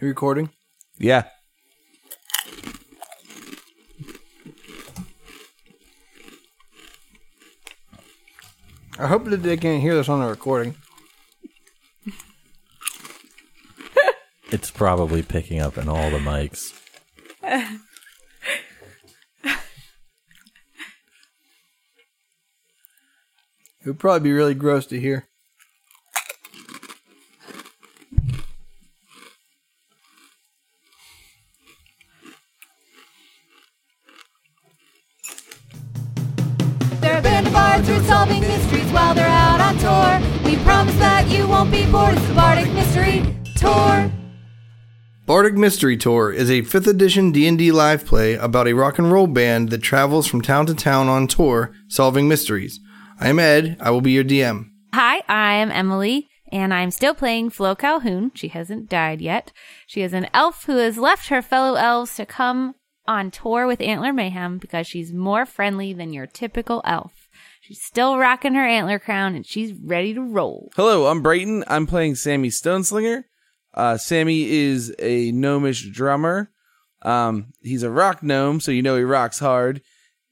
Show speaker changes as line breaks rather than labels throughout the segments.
You recording?
Yeah.
I hope that they can't hear this on the recording.
It's probably picking up in all the mics.
It would probably be really gross to hear.
They're a band of bards solving mysteries while they're out on tour. We promise that you won't be bored. It's the Bardic Mystery Tour.
Bardic Mystery Tour is a 5th edition D&D live play about a rock and roll band that travels from town to town on tour solving mysteries. I am Ed, I will be your DM.
Hi, I'm Emily, and I'm still playing Flo Calhoun. She hasn't died yet. She is an elf who has left her fellow elves to come on tour with Antler Mayhem because she's more friendly than your typical elf. She's still rocking her antler crown and she's ready to roll.
Hello, I'm Brayton. I'm playing Sammy Stoneslinger. Uh, Sammy is a gnomish drummer. Um, he's a rock gnome, so you know he rocks hard,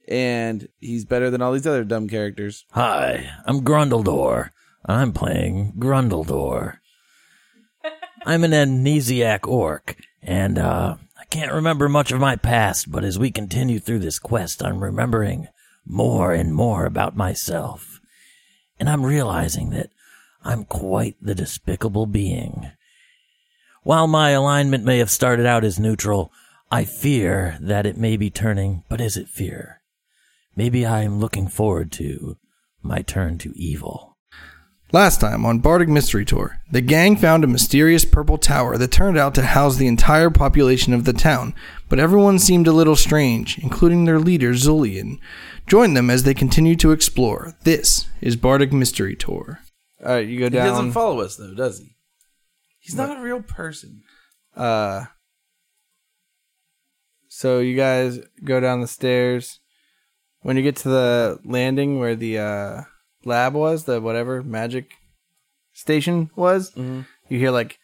and he's better than all these other dumb characters.
Hi, I'm Grundledor. I'm playing Grundledor. I'm an amnesiac orc, and uh, I can't remember much of my past, but as we continue through this quest, I'm remembering more and more about myself. And I'm realizing that I'm quite the despicable being. While my alignment may have started out as neutral, I fear that it may be turning, but is it fear? Maybe I am looking forward to my turn to evil.
Last time on Bardic Mystery Tour, the gang found a mysterious purple tower that turned out to house the entire population of the town, but everyone seemed a little strange, including their leader Zulian. Join them as they continue to explore. This is Bardic Mystery Tour. All right, you go
He doesn't follow us though, does he? He's not a real person.
uh so you guys go down the stairs when you get to the landing where the uh lab was the whatever magic station was you hear like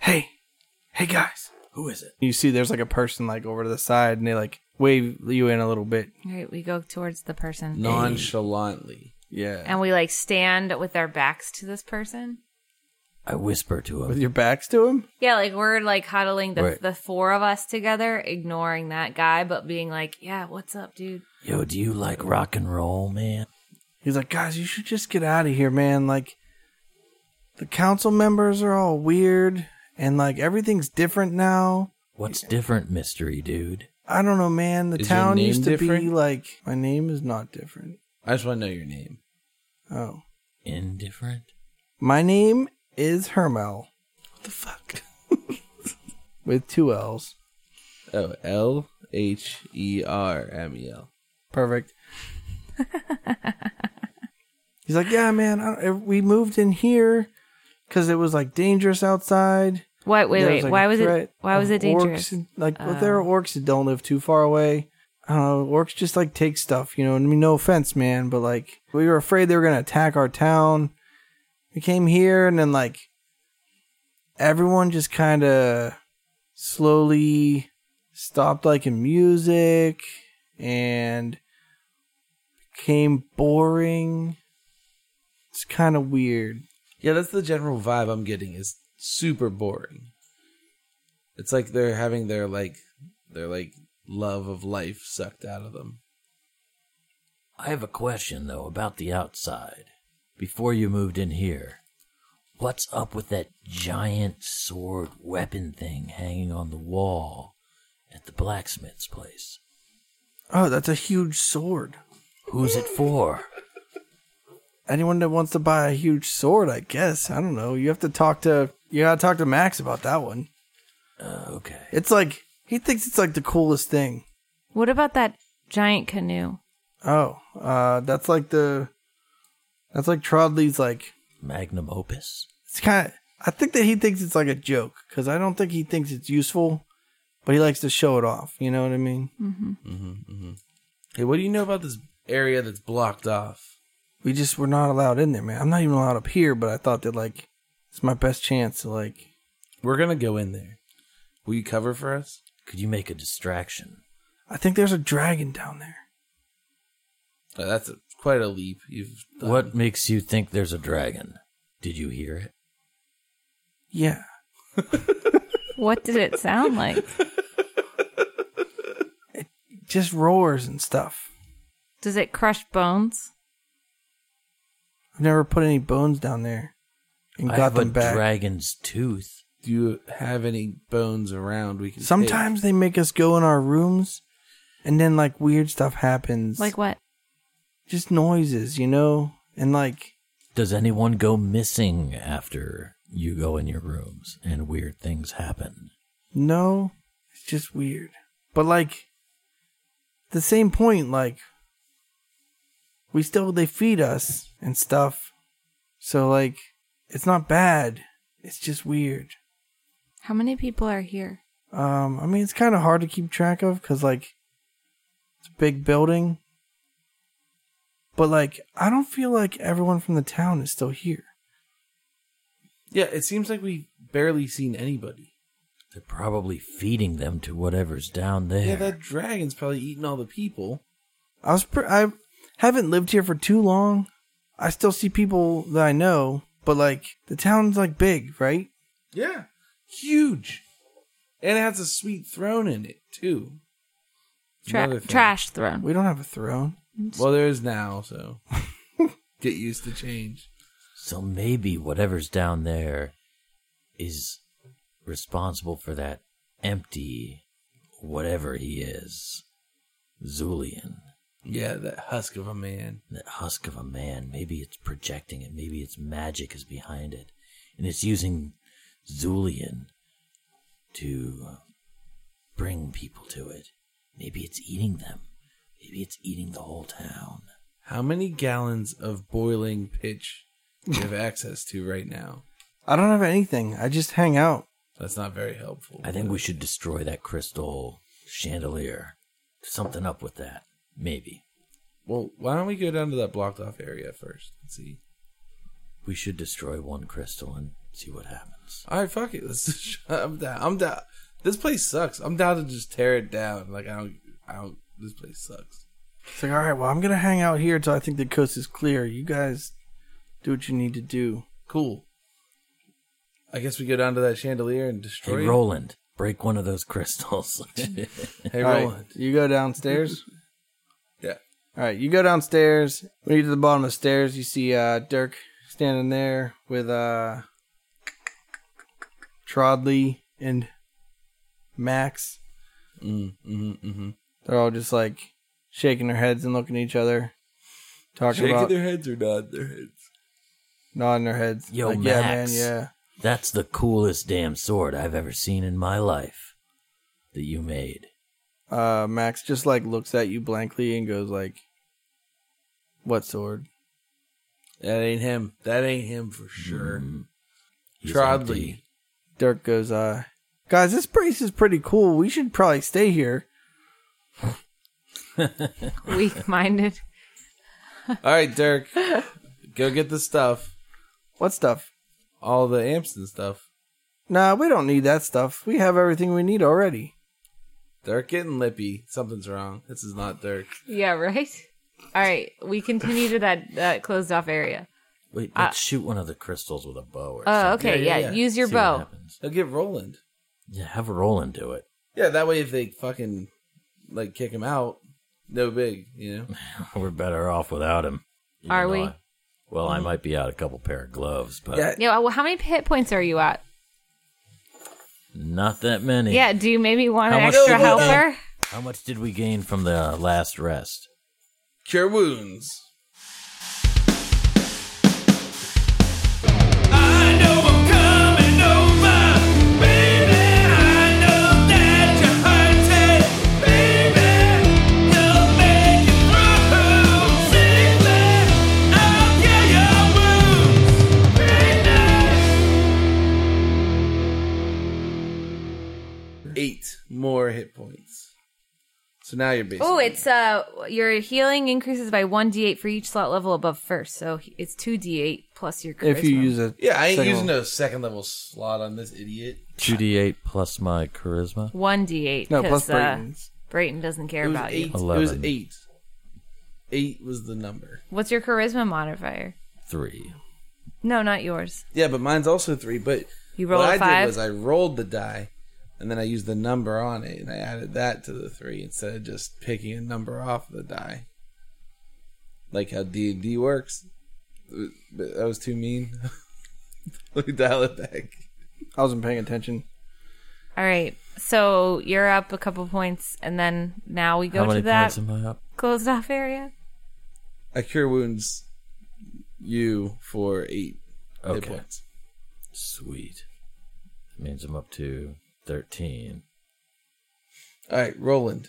hey hey guys
Who is it?
you see there's like a person like over to the side and they like wave you in a little bit
All right, we go towards the person.
Nonchalantly.
yeah
And we like stand with our backs to this person.
I whisper to
with
him.
your backs to him
Yeah, like we're like huddling the,
Right.
the four of us together, ignoring that guy, but being like, yeah, what's up, dude?
Yo, do you like rock and roll, man?
he's like guys you should just get out of here man like the council members are all weird and like everything's different now
What's different, mystery dude?
I don't know, man. The
Is your
town
name
used to be
different?
like my name is not different.
I just want to know your name.
Oh,
Indifferent?
my name is Hermel
What the fuck?
with two L's.
Oh, L H E R M E L.
Perfect. He's like, yeah, man. I don't, we moved in here because it was like dangerous outside.
Why? Wait,
There
wait.
like,
why
a
was it?
threat
Why was
of
it dangerous? Oh.
Orcs, like, well, there are orcs that don't live too far away. I don't know. Orcs just like take stuff, you know. I mean, no offense, man, but like we were afraid they were gonna attack our town. We came here, and then like everyone just kind of slowly stopped liking music and became boring. It's kind of weird.
Yeah, that's the general vibe I'm getting is super boring. It's like they're having their like their like love of life sucked out of them.
I have a question, though, about the outside. Before you moved in here, what's up with that giant sword weapon thing hanging on the wall at the blacksmith's place?
Oh, that's a huge sword.
Who's it for?
anyone that wants to buy a huge sword, I guess. I don't know. You have to talk to you gotta talk to Max about that one.
Uh, okay.
It's like he thinks it's like the coolest thing.
What about that giant canoe?
Oh, uh, that's like the that's like Trodley's like
Magnum opus?
it's kind of. I think that he thinks it's like a joke because I don't think he thinks it's useful, but he likes to show it off. You know what I mean?
Hey, what do you know about this area that's blocked off?
We just were not allowed in there, man. I'm not even allowed up here, but I thought that like it's my best chance to like
We're gonna go in there. Will you cover for us?
Could you make a distraction?
I think there's a dragon down there.
Uh, that's a, quite a leap. You've done.
What makes you think there's a dragon? Did you hear it?
Yeah.
What did it sound like?
Just roars and stuff.
Does it crush bones?
I've never put any bones down there and
I
got
have a
them back.
dragon's tooth.
Do you have any bones around? We can take?
Sometimes they make us go in our rooms and then like weird stuff happens.
Like what?
just noises, you know? And like
Does anyone go missing after you go in your rooms and weird things happen?
No, it's just weird. But like, the same point, like, we still they feed us and stuff. So like, it's not bad. It's just weird.
How many people are here?
Um, I mean, it's kind of hard to keep track of because like, it's a big building. But like, I don't feel like everyone from the town is still here.
Yeah, it seems like we've barely seen anybody.
They're probably feeding them to whatever's down there.
Yeah, that dragon's probably eating all the people.
I was pre- I haven't lived here for too long. I still see people that I know, but like the town's like big, right?
Yeah. Huge. And it has a sweet throne in it, too. Another
Tra-
thing.
trash thrown.
We don't have a throne.
Well, there is now, so get used to change.
So maybe whatever's down there is responsible for that empty whatever he is. Zulian.
Yeah, that husk of a man.
That husk of a man. Maybe it's projecting it. Maybe its magic is behind it. And it's using Zulian to uh, bring people to it. Maybe it's eating them. Maybe it's eating the whole town.
How many gallons of boiling pitch do you have access to right now?
I don't have anything. I just hang out.
That's not very helpful.
I think we should destroy that crystal chandelier. Something up with that. Maybe.
Well, why don't we go down to that blocked off area first and see?
We should destroy one crystal and see what happens.
All right, fuck it. Let's. I'm down. I'm down. This place sucks. I'm down to just tear it down. Like I don't. I don't. This place sucks.
It's like, all right, well, I'm gonna hang out here till I think the coast is clear. You guys do what you need to do.
Cool. I guess we go down to that chandelier and destroy
Hey,
it.
Roland, break one of those crystals.
Hey,
All right,
Roland.
you go downstairs.
Yeah.
All right, you go downstairs. When you get to the bottom of the stairs, you see uh, Dirk standing there with uh, Trodley and Max.
Mm, mm, mm.
They're all just like shaking their heads and looking at each other, talking
Shaking
about
their heads or nodding their heads.
nodding their heads.
Yo,
like,
Max.
yeah, man, yeah.
That's the coolest damn sword I've ever seen in my life that you made.
Uh, Max just like looks at you blankly and goes like, "What sword?"
That ain't him. That ain't him for sure.
Mm. He's
Trodley.
empty.
Dirk goes, "Uh, guys, this place is pretty cool. We should probably stay here."
Weak minded.
All right, Dirk. go get the stuff.
What stuff?
All the amps and stuff.
Nah, we don't need that stuff. We have everything we need already.
Dirk getting lippy. Something's wrong. This is not Dirk.
Yeah, right? All right, we continue to that, that closed off area.
Wait, let's shoot one of the crystals with a bow or
Oh,
something.
Uh, okay.
Yeah,
Yeah,
yeah, yeah.
use your
See what
bow.
happens.
He'll get Roland.
Yeah, have Roland do it.
Yeah, that way if they fucking like kick him out, no big, you know.
We're better off without him. even
Are
though
we? Mm.
I- well, I might be out a couple pair of gloves, but
Yeah,
Yeah, well, how many hit points are you at?
not that many.
Yeah, do you maybe want an
How much
extra
do we need?
helper?
How much did we gain from the last rest?
cure wounds. Eight more hit points. So now you're basically.
Oh, it's uh, your healing increases by one d8 for each slot level above first, so it's two d8 plus your charisma.
If you use a
Yeah, I ain't
second
using
one.
no second level slot on this idiot.
2d8 plus my charisma.
one d8,
no
because
plus
uh,
Brayton's.
Brayton doesn't care
It was
about
eight.
you.
It was
Eleven.
eight. Eight was the number.
What's your charisma modifier?
3.
No, not yours.
Yeah, but mine's also three. But
You roll
what
a
I did
five?
was I rolled the die, and then I used the number on it, and I added that to the three instead of just picking a number off the die. Like how D and D works. But that was too mean. Let me dial it back.
I wasn't paying attention.
All right, so you're up a couple points, and then now we go
How many
to that
points am I up?
closed off area.
I cure wounds you for eight hit
Okay.
points.
Sweet. That means I'm up to 13.
All right, Roland,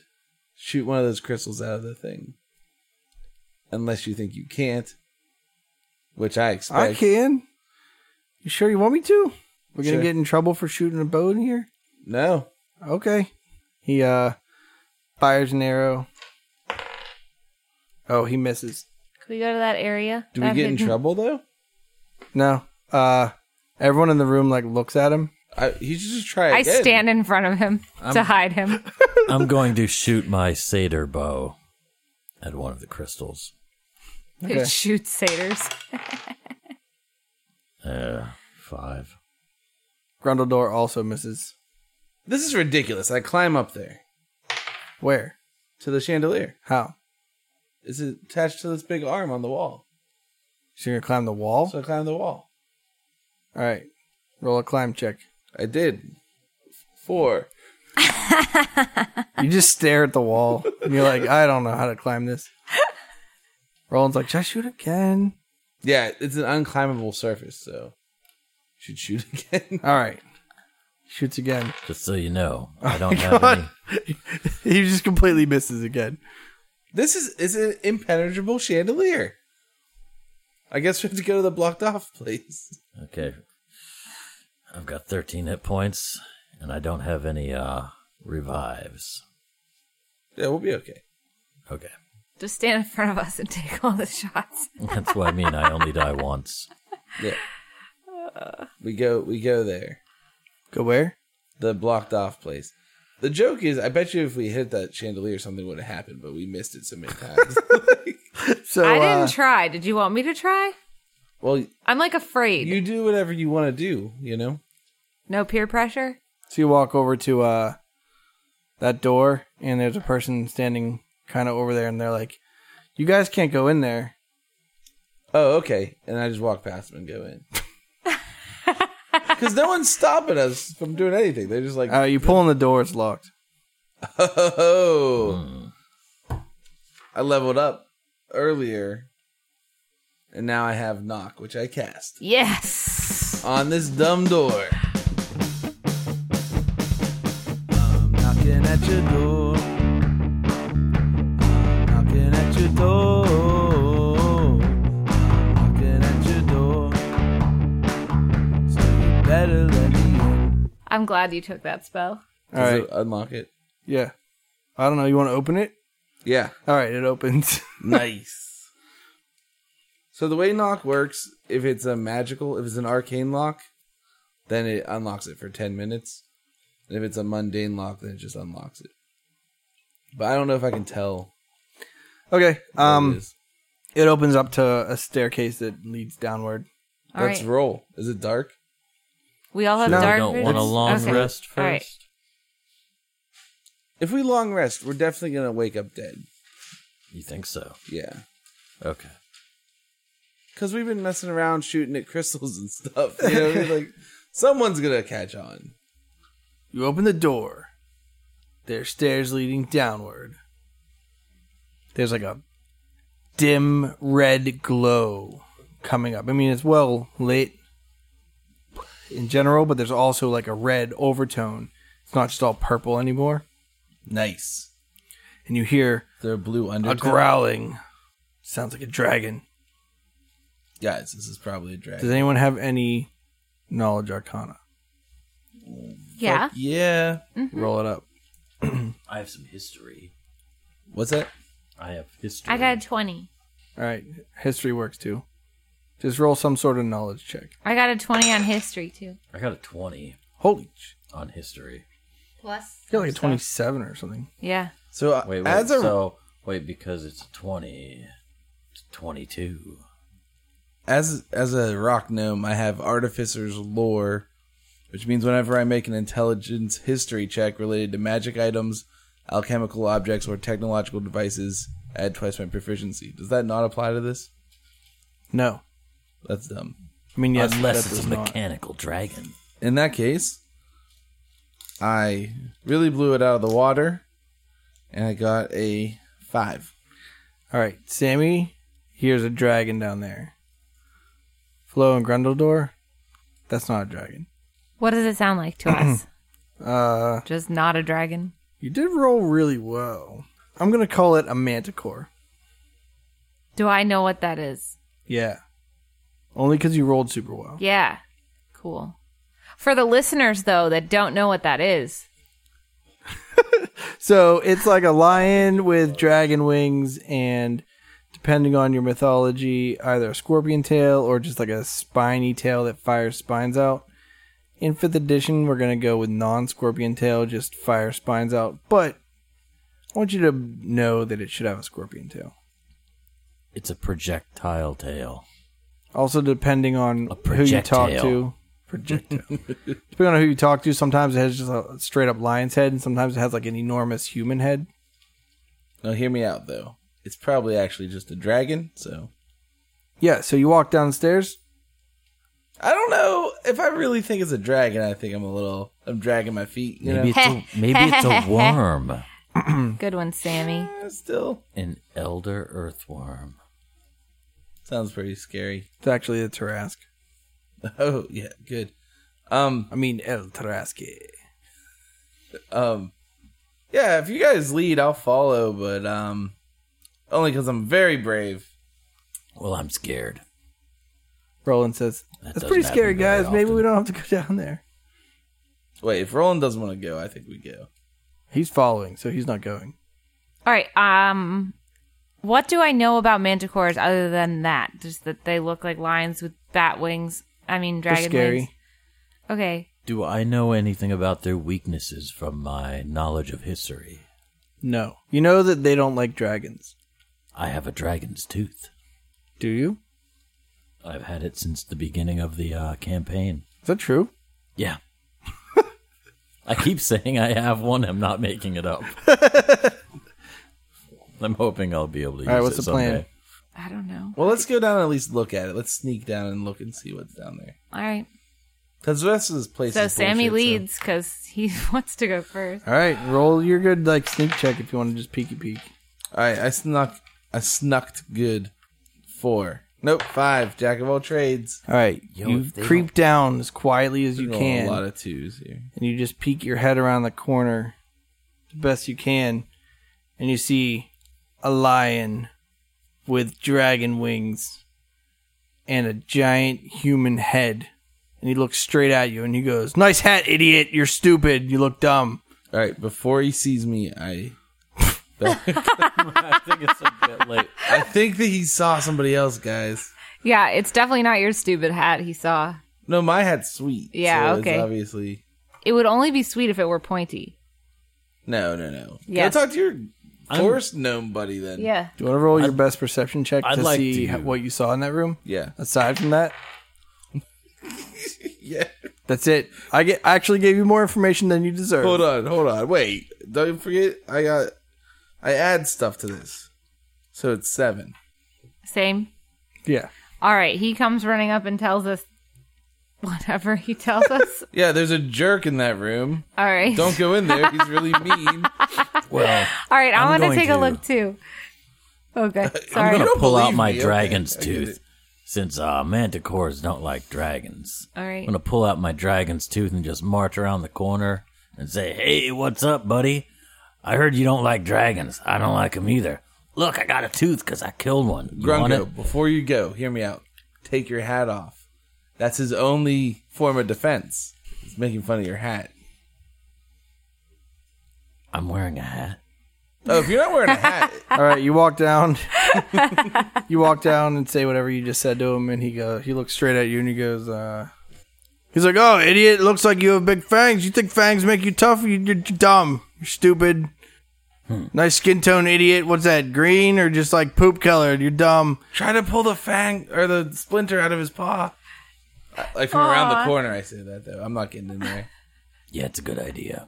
shoot one of those crystals out of the thing. Unless you think you can't, which I expect.
I can. You sure you want me to? We're gonna
Sure.
get in trouble for shooting a bow in here.
No,
Okay. He uh fires an arrow. Oh, he misses.
Could we go to that area?
do we
That
get in
hidden-
trouble though?
No. Uh everyone in the room like looks at him.
I, he should just try
I
again.
stand in front of him to hide him.
I'm going to shoot my satyr bow at one of the crystals.
Who shoots satyrs?
Uh, 5.
Grundledor also misses.
This is ridiculous. I climb up there
Where?
to the chandelier.
How?
It's attached to this big arm on the wall.
So you're gonna climb the wall?
So I climb the wall.
Alright. Roll a climb check.
I did. Four.
You just stare at the wall and you're like, I don't know how to climb this. Roland's like, Should I shoot again?
Yeah, it's an unclimbable surface, so should shoot again.
Alright. Shoots again.
Just so you know, I don't have any.
he just completely misses again.
This is is an impenetrable chandelier. I guess we have to go to the blocked off place.
Okay. I've got 13 hit points, and I don't have any uh, revives.
Yeah, we'll be okay.
Okay.
Just stand in front of us and take all the shots.
That's what I mean. I only die once.
Yeah. We go we go there.
Go where?
The blocked off place. The joke is I bet you if we hit that chandelier something would have happened, but we missed it so many times.
So
I didn't
uh,
try. Did you want me to try?
well,
I'm like afraid.
you do whatever you want to do, you know?
no peer pressure.
So you walk over to uh that door and there's a person standing kind of over there and they're like, "You guys can't go in there."
Oh, okay. And I just walk past them and go in. Cause no one's stopping us from doing anything. They're just like
Uh you pull on the door, it's locked.
Oh,
Hmm.
I leveled up earlier, and now I have knock, which I cast
Yes.
on this dumb door.
I'm knocking at your door. I'm knocking at your door. I'm knocking at your door. So you better let me in.
I'm glad you took that spell.
All
Does
right.
it unlock it.
yeah. I don't know, you want to open it?
Yeah,
All right, it opens.
nice. So the way knock works, if it's a magical, if it's an arcane lock, then it unlocks it for ten minutes. And if it's a mundane lock, then it just unlocks it. But I don't know if I can tell.
okay.
what it
Um
is.
it opens up to a staircase that leads downward.
All
let's
right.
roll. Is it dark?
We all have
No,
Oh, dark
I don't
vision?
want a long
Okay.
rest first.
All right.
If we long rest, we're definitely gonna wake up dead.
You think so?
Yeah.
Okay.
Cause we've been messing around shooting at crystals and stuff. You know, what I mean? like someone's gonna catch on.
You open the door. There's stairs leading downward. There's like a dim red glow coming up. I mean, it's well lit in general, but there's also like a red overtone. It's not just all purple anymore.
Nice.
And you hear
They're blue
a
undertone.
growling. Sounds like a dragon.
Guys, this is probably a dragon.
Does anyone have any knowledge arcana?
Yeah.
yeah.
Roll it up.
I have some history.
What's that?
I have history.
I got a 20.
All right, history works too. Just roll some sort of knowledge check.
I got a 20 on history, too.
I got a twenty
Holy, sh-
on history.
Plus.
I feel like a twenty-seven or something.
Yeah.
So uh,
Wait, wait
as a
so wait because it's twenty. It's Twenty-two.
as as a rock gnome, I have artificer's lore, which means whenever I make an intelligence history check related to magic items, alchemical objects, or technological devices, add twice my proficiency. Does that not apply to this?
No,
That's dumb.
I mean yes,
Unless
that
it's
does
a
not-
mechanical dragon.
In that case, I really blew it out of the water, and I got a five.
All right, Sammy, here's a dragon down there. Flo and Grundledor, that's not a dragon.
What does it sound like to us?
Uh,
Just not a dragon.
you did roll really well. I'm gonna call it a manticore.
Do I know what that is?
Yeah, only because you rolled super well.
Yeah. Cool. For the listeners, though, that don't know what that is,
So it's like a lion with dragon wings, and depending on your mythology, either a scorpion tail or just like a spiny tail that fires spines out. In fifth edition, we're gonna go with non-scorpion tail, just fire spines out. But I want you to know that it should have a scorpion tail.
It's a projectile tail.
Also, depending on
A
who you talk
projectile.
to, projectile. depending on who you talk to, sometimes it has just a straight up lion's head, and sometimes it has like an enormous human head.
Now hear me out though. It's probably actually just a dragon, so
Yeah. So you walk downstairs.
I don't know if I really think it's a dragon. I think I'm a little. I'm dragging my feet. You
Maybe
know,
it's a, maybe it's a worm.
good one, Sammy.
Eh, still
An elder earthworm.
sounds pretty scary.
It's actually a Tarask.
Oh yeah, good. Um,
I mean, El Taraski.
um, yeah. If you guys lead, I'll follow, but um, only because I'm very brave.
Well, I'm scared.
Roland says,
That
That's
doesn't
pretty scary,
happen very
guys. Maybe
often.
we don't have to go down there.
Wait, if Roland doesn't want to go, I think we go.
He's following, so he's not going.
All right. Um, what do I know about manticores other than that? Just that they look like lions with bat wings. I mean,
They're
dragon
scary.
wings. Okay.
Do I know anything about their weaknesses from my knowledge of history?
No. You know that they don't like dragons.
I have a dragon's tooth.
Do you?
I've had it since the beginning of the uh, campaign.
Is that true?
Yeah. I keep saying I have one. I'm not making it up. I'm hoping I'll be able to use
All right, what's
it
the plan?
someday.
I don't know.
Well, let's go down and at least look at it. Let's sneak down and look and see what's down there.
All right.
Because the rest of this place.
So
is
Sammy
bullshit,
leads because he wants to go first.
All right, roll your good like sneak check if you want to just peeky peek.
So. All right, I snuck. I snucked good. Four. Nope, five. Jack of all trades.
All right,
Yo,
you
if they
creep down as quietly as you
Roll
can,
A lot of twos here.
and you just peek your head around the corner the best you can, and you see a lion with dragon wings and a giant human head. And he looks straight at you and he goes, Nice hat, idiot. You're stupid. You look dumb.
All right, before he sees me, I.
I think it's a bit late.
I think that he saw somebody else, guys.
Yeah, it's definitely not your stupid hat he saw.
No, my hat's sweet.
Yeah,
so it's
okay.
obviously,
It would only be sweet if it were pointy.
no, no, no. Yeah,
Yes.
talk to your
I'm-
forest gnome buddy then.
Yeah.
Do you want to roll your best perception check
I'd
to
like
see
to.
ho- what you saw in that room?
yeah,
Aside from that,
yeah.
that's it. I, get, I actually gave you more information than you deserve.
Hold on, hold on. Wait, don't forget. I got. I add stuff to this, so it's seven.
Same.
Yeah.
All right. He comes running up and tells us whatever he tells us.
Yeah, there's a jerk in that room.
All right.
Don't go in there. He's really mean.
Well,
All right. I
I'm
want to
going
take a
to-
look too. Okay.
I'm
Sorry.
gonna
don't
pull out
believe
my
me, okay,
dragon's
I get it.
tooth, since uh, manticores don't like dragons.
All right.
I'm gonna pull out my dragon's tooth and just march around the corner and say, "Hey, what's up, buddy? I heard you don't like dragons. I don't like them either. Look, I got a tooth because I killed one. You want it?
Grungo, before you go, hear me out. Take your hat off. That's his only form of defense. He's making fun of your hat.
I'm wearing a hat.
Oh, if you're not wearing a hat,
All right, you walk down. you walk down and say whatever you just said to him, and he goes. He looks straight at you, and he goes. uh He's like, "Oh, idiot! Looks like you have big fangs. You think fangs make you tough? You, you're dumb. You're stupid. Nice skin tone, idiot. What's that? Green or just like poop colored? You're dumb.
try to pull the fang or the splinter out of his paw. I- Like from around the corner, I say that though. I'm not getting in there.
Yeah, it's a good idea.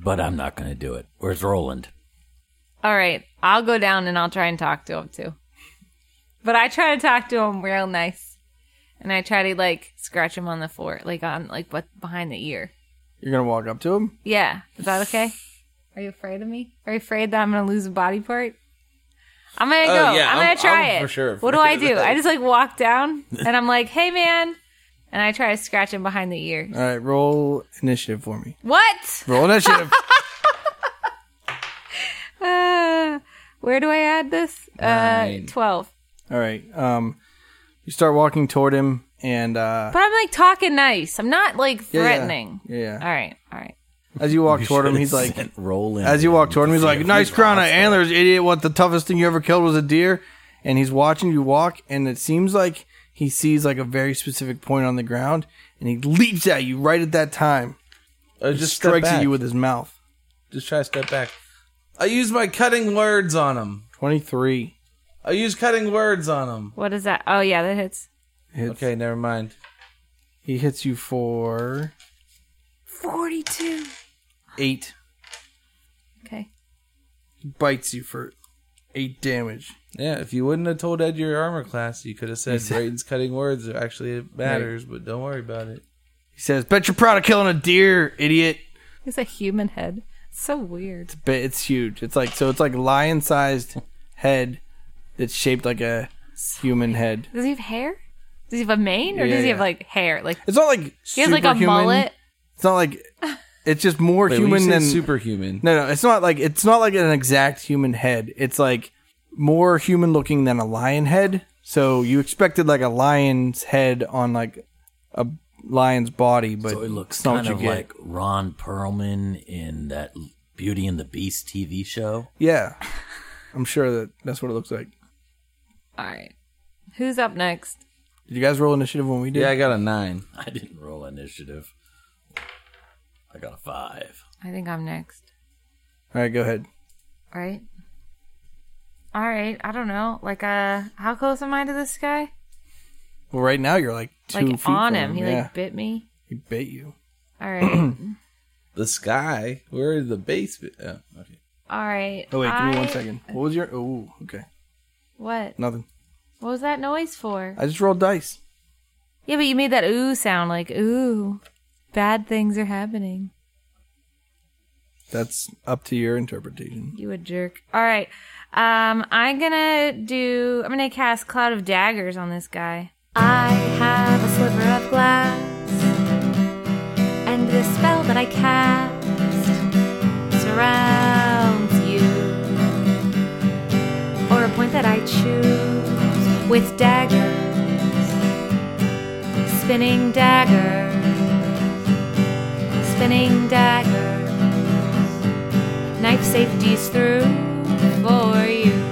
But I'm not going to do it. Where's Roland?
All right, I'll go down and I'll try and talk to him too. But I try to talk to him real nice, and I try to like scratch him on the floor, like on like what behind the ear.
You're gonna walk up to him.
Yeah, is that okay? Are you afraid of me? Are you afraid that I'm gonna lose a body part? I'm gonna
Oh,
go.
yeah,
I'm gonna
I'm-
try
I'm
it.
for sure
What do I
afraid of
do?
that.
I just like walk down and I'm like, "Hey, man," and I try to scratch him behind the ear.
All right, roll initiative for me.
What?
Roll initiative.
Uh, where do I add this? Uh,
Nine.
twelve.
All right. Um, you start walking toward him, and uh,
But I'm like talking nice. I'm not like
yeah, yeah.
threatening.
Yeah. yeah.
All right, all right.
As you walk
You
toward him,
should've
he's like,
sent Roland.
As you walk toward him, he's like,
Yeah,
"Nice
he's
crown of
hostile.
antlers, idiot! What the toughest thing you ever killed was a deer." And he's watching you walk, and it seems like he sees like a very specific point on the ground, and he leaps at you right at that time.
Uh,
Just
just step
strikes at
back.
you with his mouth.
Just try to step back. I use my cutting words on him.
Twenty three.
I use cutting words on him.
What is that? Oh yeah, that hits.
Okay, never mind.
He hits you for
Forty-two.
eight.
Okay.
He bites you for eight damage.
Yeah, if you wouldn't have told Ed your armor class, you could have said Brayden's cutting words actually matters, but don't worry about it.
He says, "Bet you're proud of killing a deer, idiot."
It's a human head. so weird.
But it's huge. It's like so. It's like lion sized head that's shaped like a human head.
Does he have hair? Does he have a mane, or
Yeah,
does he
yeah.
have like hair? Like
It's not like
he has like a
superhuman.
mullet.
It's not like it's just more
Wait, when you
human
say
than
superhuman.
No, no, it's not like it's not like an exact human head. It's like more human looking than a lion head. So you expected like a lion's head on like a lion's body, but
So it looks
it's not what
kind
you
of
get.
like Ron Perlman in that Beauty and the Beast TV show.
yeah. I'm sure that that's what it looks like.
All right. Who's up next?
Did you guys roll initiative when we did?
Yeah, I got a nine.
I didn't roll initiative. I got a five.
I think I'm next.
All right, go ahead.
All right. All right. I don't know. Like, uh, how close am I to this guy?
Well, right now you're like two
like
feet
on
from
him. He
yeah,
like bit me.
he bit you.
All right.
The sky. Where is the basement? Oh, okay.
All right.
Oh wait, give me one
I-
second. What was your? Oh, okay,
What?
nothing.
What was that noise for?
I just rolled dice.
Yeah, but you made that ooh sound like ooh, bad things are happening.
That's up to your interpretation.
You a jerk. All right. Um, I'm gonna do. I'm gonna cast cloud of daggers on this guy.
I have a sliver of glass, and the spell that I cast surrounds you, or a point that I choose with daggers, spinning daggers, spinning daggers, knife safety's through for you.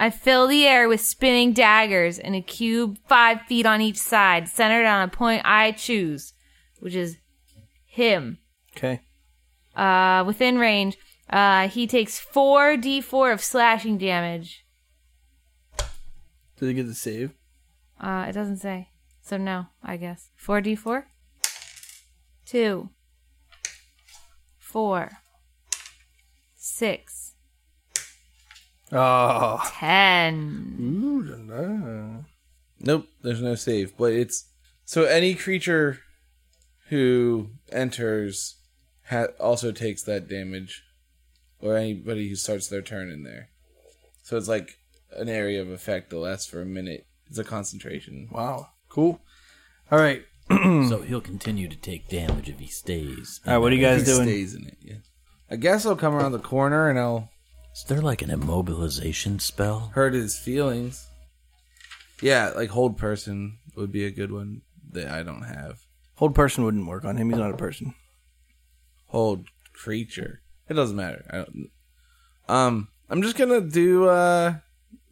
I fill the air with spinning daggers in a cube five feet on each side, centered on a point I choose, which is him.
Okay.
Uh, within range, uh, he takes four d4 of slashing damage.
Did he get the save?
Uh, it doesn't say. So no, I guess. 4d4? 2. 4. 6.
Oh.
10.
Nope, there's no save. But it's so any creature who enters ha- also takes that damage, or anybody who starts their turn in there. So it's like an area of effect that lasts for a minute. It's a concentration.
Wow. Cool. All right. Hmm.
So he'll continue to take damage if he stays.
All right. What are you guys
He
doing?
stays in it. Yeah. I guess I'll come around the corner and I'll
Is there like an immobilization spell?
hurt his feelings. Yeah, like hold person would be a good one that I don't have.
Hold person wouldn't work on him. He's not a person.
Hold creature. It doesn't matter. I don't. Um, I'm just gonna do uh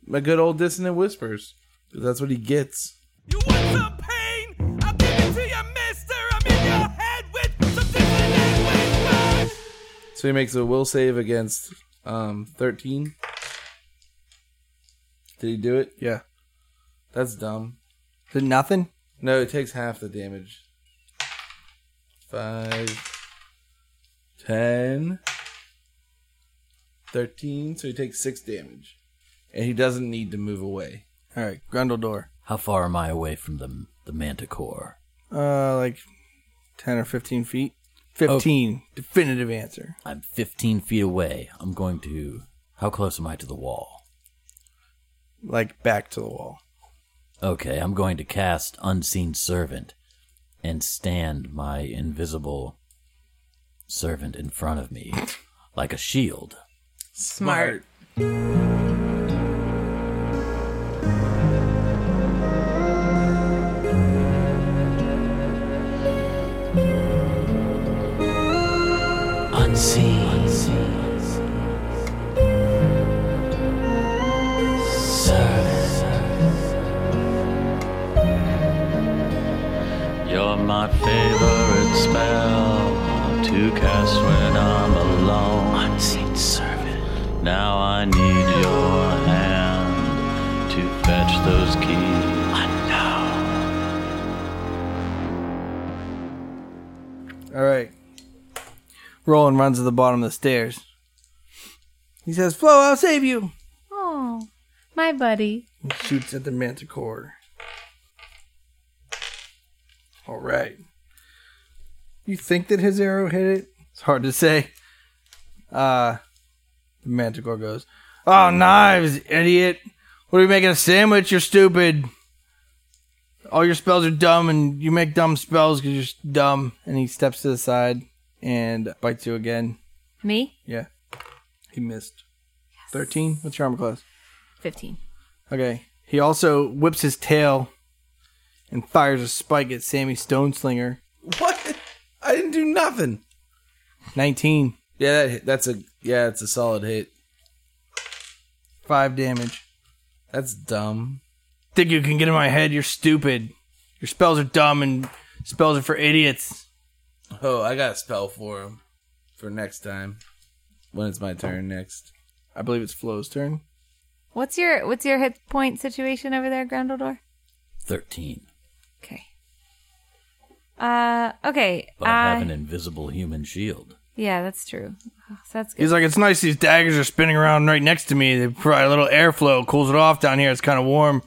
my good old dissonant whispers. 'Cause That's what he gets.
You want some pain? I'll give it to you, mister. I'm in your head with some different language.
So he makes a will save against um 13. Did he do it?
Yeah.
That's dumb.
Did nothing?
No, it takes half the damage. Five, ten, thirteen. So he takes six damage, and he doesn't need to move away.
All right, Grundledor.
How far am I away from the the manticore?
Uh, like ten or fifteen feet. Fifteen. Oh, Definitive answer.
I'm 15 feet away. I'm going to. How close am I to the wall?
Like back to the wall.
Okay, I'm going to cast Unseen Servant and stand my invisible servant in front of me like a shield.
Smart.
unseen. Servant. You're my favorite spell to cast when I'm alone. Unseen servant. Now I need your hand to fetch those keys. Unknown.
All right. Roland runs to the bottom of the stairs. He says, "Flo, I'll save you."
Oh, my buddy.
And shoots at the manticore. All right. You think that his arrow hit it? It's hard to say. Uh, the manticore goes, "Oh, knives, idiot! What are you making a sandwich? You're stupid. All your spells are dumb, and you make dumb spells because you're s- dumb." And he steps to the side and bites you again.
Me?
Yeah, he missed. Thirteen. What's your armor class?
15.
Okay. He also whips his tail and fires a spike at Sammy Stoneslinger.
What? I didn't do nothing.
19.
Yeah, that, hit- that's a yeah, it's a solid hit.
5 damage.
That's dumb.
Think you can get in my head? You're stupid. Your spells are dumb and spells are for idiots.
Oh, I got a spell for him for next time when it's my turn next.
I believe it's Flo's turn.
What's your what's your hit point situation over there, Grundledor?
13.
Okay. Uh okay.
But I have
uh,
an invisible human shield.
yeah, that's true. Oh, so that's good.
He's like, it's nice these daggers are spinning around right next to me. They provide a little airflow, cools it off down here. It's kind of warm.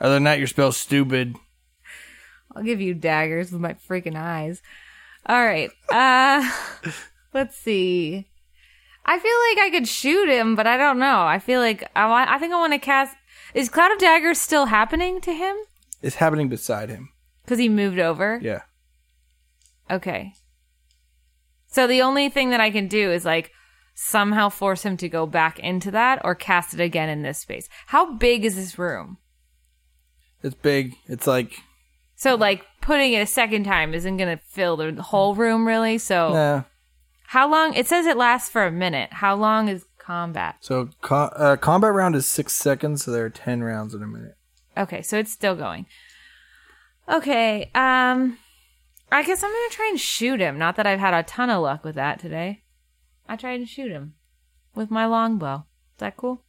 Other than that, your spell's stupid.
I'll give you daggers with my freaking eyes. All right. Uh let's see. I feel like I could shoot him, but I don't know. I feel like I want I think I want to cast Is Cloud of Daggers still happening to him?
It's happening beside him.
Cuz he moved over.
Yeah.
Okay. So the only thing that I can do is like somehow force him to go back into that or cast it again in this space. How big is this room?
It's big. It's like,
So like putting it a second time isn't going to fill the whole room really. So
nah.
How long? It says it lasts for a minute. How long is combat?
So co- uh, combat round is six seconds, so there are ten rounds in a minute.
Okay, so it's still going. Okay, um, I guess I'm gonna try and shoot him. Not that I've had a ton of luck with that today. I tried to shoot him with my longbow. Is that cool?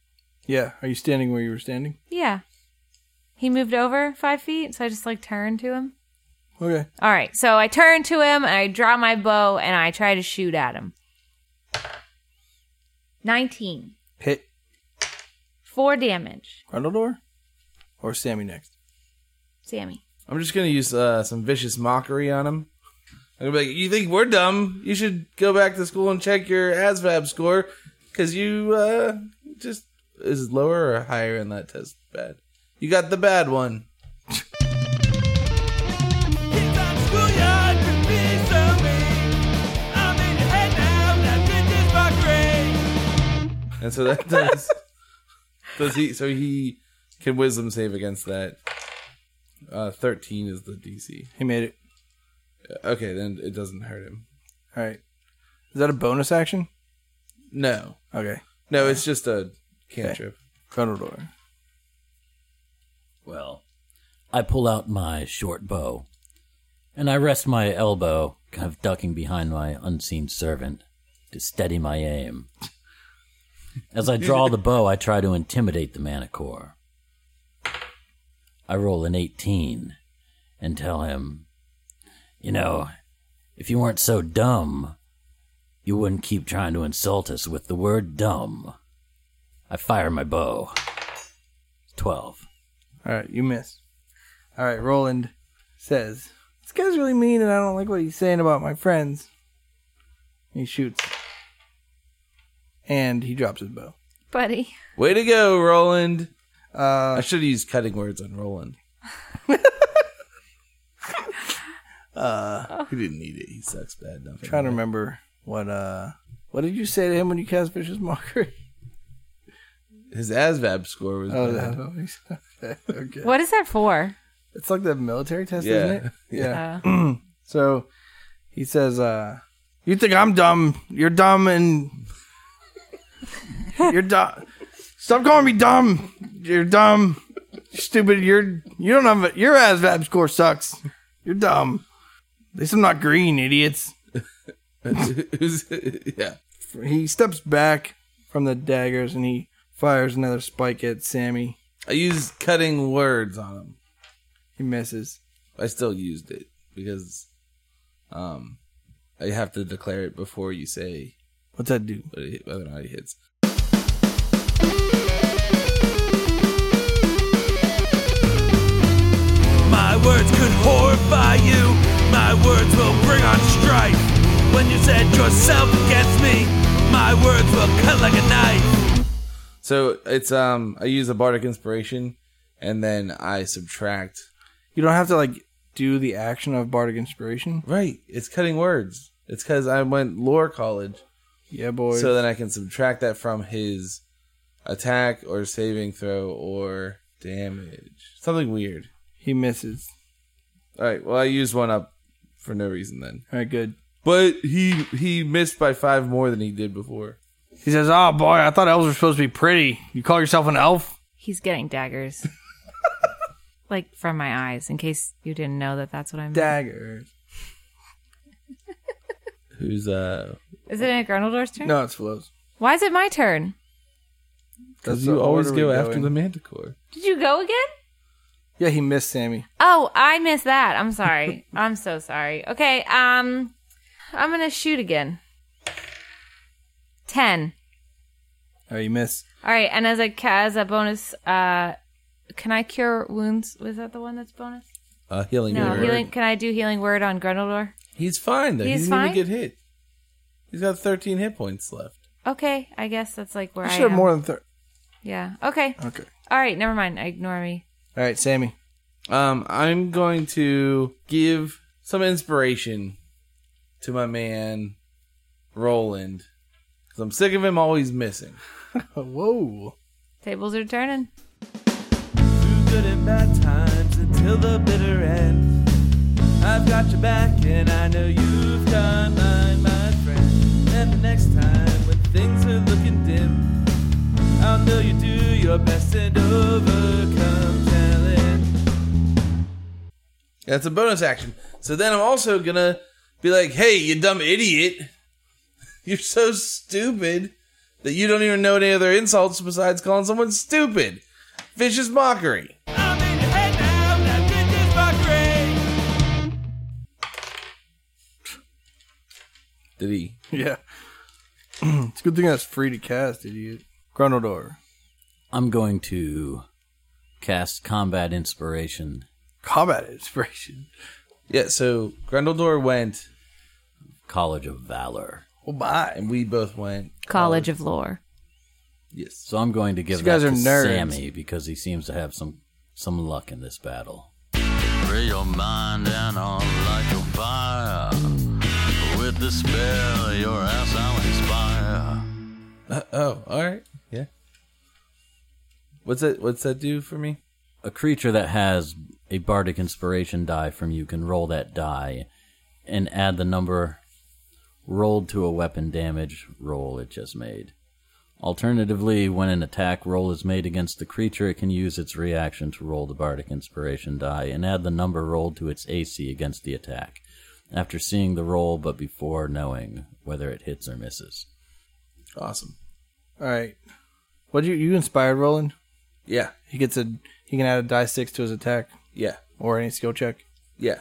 Yeah. Are you standing where you were standing?
Yeah. He moved over five feet, so I just like turned to him.
Okay.
All right, so I turn to him, I draw my bow, and I try to shoot at him. 19.
Hit
Four damage.
Grundledor or Sammy next.
Sammy.
I'm just gonna use uh, some vicious mockery on him. I'm gonna be like, "You think we're dumb? You should go back to school and check your ASVAB score, because you uh, just is lower or higher in that test bad. You got the bad one.
Kids on schoolyard could be so mean. I'm in your head now. That bitch is my grade.
And so that does. does he? So he can wisdom save against that. Uh, Thirteen is the DC.
He made it.
Okay, then it doesn't hurt him.
All right. Is that a bonus action?
No,
Okay.
no, it's just a cantrip.
Grundledor.
Well, I pull out my short bow, and I rest my elbow, kind of ducking behind my unseen servant to steady my aim. As I draw the bow, I try to intimidate the manacore. I roll an 18 and tell him, You know, if you weren't so dumb, you wouldn't keep trying to insult us with the word dumb. I fire my bow. 12.
All right, you miss. All right, Roland says, This guy's really mean and I don't like what he's saying about my friends. He shoots. And he drops his bow.
buddy.
Way to go, Roland!
Uh,
I should have used cutting words on Roland. uh, he didn't need it. He sucks bad enough.
trying to remember what uh what did you say to him when you cast vicious mockery?
His ASVAB score was
Oh,
bad.
that's what he said. okay.
What is that for?
It's like the military test,
Yeah.
isn't it? Yeah.
Uh,
So he says, uh, "You think I'm dumb? You're dumb, and you're dumb. Stop calling me dumb. You're dumb, stupid. You're you don't have a, your ASVAB score sucks. You're dumb. At least I'm not green, idiots."
It was- yeah.
He steps back from the daggers and he fires another spike at Sammy.
I used cutting words on him.
He misses.
I still used it because um I have to declare it before you say
What's that do?
what it, whether or not it hits.
My words could horrify you. My words will bring on strife. When you set yourself against me, my words will cut like a knife.
So it's um I use a bardic inspiration and then I subtract.
You don't have to like do the action of bardic inspiration.
Right, it's cutting words. It's because I went lore college,
Yeah, boy.
so then I can subtract that from his attack or saving throw or damage. Something weird.
he misses.
All right, well I used one up for no reason then,
All right, good.
but he he missed by five more than he did before.
He says, "Oh boy, I thought elves were supposed to be pretty. You call yourself an elf?"
he's getting daggers, like from my eyes. In case you didn't know that, that's what I'm.
Daggers.
Who's uh?
is it in Grundledor's turn?
No, it's flows.
Why is it my turn?
Because
That's
you
the
always
order
go
we
after
in.
the manticore.
Did you go again?
Yeah, he missed Sammy.
Oh, I missed that. I'm sorry. I'm so sorry. Okay, um I'm going to shoot again. 10.
Oh, you missed.
All right, and as a ca- as a bonus uh can I cure wounds? Was that the one that's bonus?
Uh, healing
No,
word.
healing. Can I do healing word on Grundledor?
He's fine though.
He's
he didn't
fine?
even get hit. He's got 13 hit points left.
Okay, I guess that's like where
You
I,
should have
am.
more than thirty.
Yeah. Okay.
Okay.
All right. Never mind. Ignore me.
All right, Sammy.
Um, I'm going to give some inspiration to my man Roland because I'm sick of him always missing.
Whoa.
Tables are turning.
Through good and bad times until the bitter end. I've got your back and I know you've got mine, my friend. And the next time when things are looking dim, I'll know you do your best and overcome talent.
That's a bonus action. So then I'm also gonna be like, "Hey, you dumb idiot! You're so stupid that you don't even know any other insults besides calling someone stupid." Vicious mockery.
I'm in your head now, now this is my grave.
Did he?
Yeah. it's a good thing that's free to cast, idiot. Gronodor.
I'm going to cast combat inspiration.
Combat inspiration.
Yeah. So Grendeldor went,
College of Valor.
Oh my.
and we both went.
College of Lore.
Yes.
So I'm going to give
These
that
guys
to
are nerds.
Sammy because he seems to have some some luck in this battle.
Free your mind and on like a fire. With the spell, your ass I'll inspire.
Uh, oh, all right. Yeah. What's that? What's that do for me?
A creature that has a bardic inspiration die from you can roll that die and add the number
rolled to a weapon damage roll it just made. Alternatively, when an attack roll is made against the creature, it can use its reaction to roll the bardic inspiration die and add the number rolled to its AC against the attack, after seeing the roll but before knowing whether it hits or misses.
Awesome.
All right. What you you inspired Roland?
Yeah.
He gets a he can add a die six to his attack
Yeah.
or any skill check.
Yeah.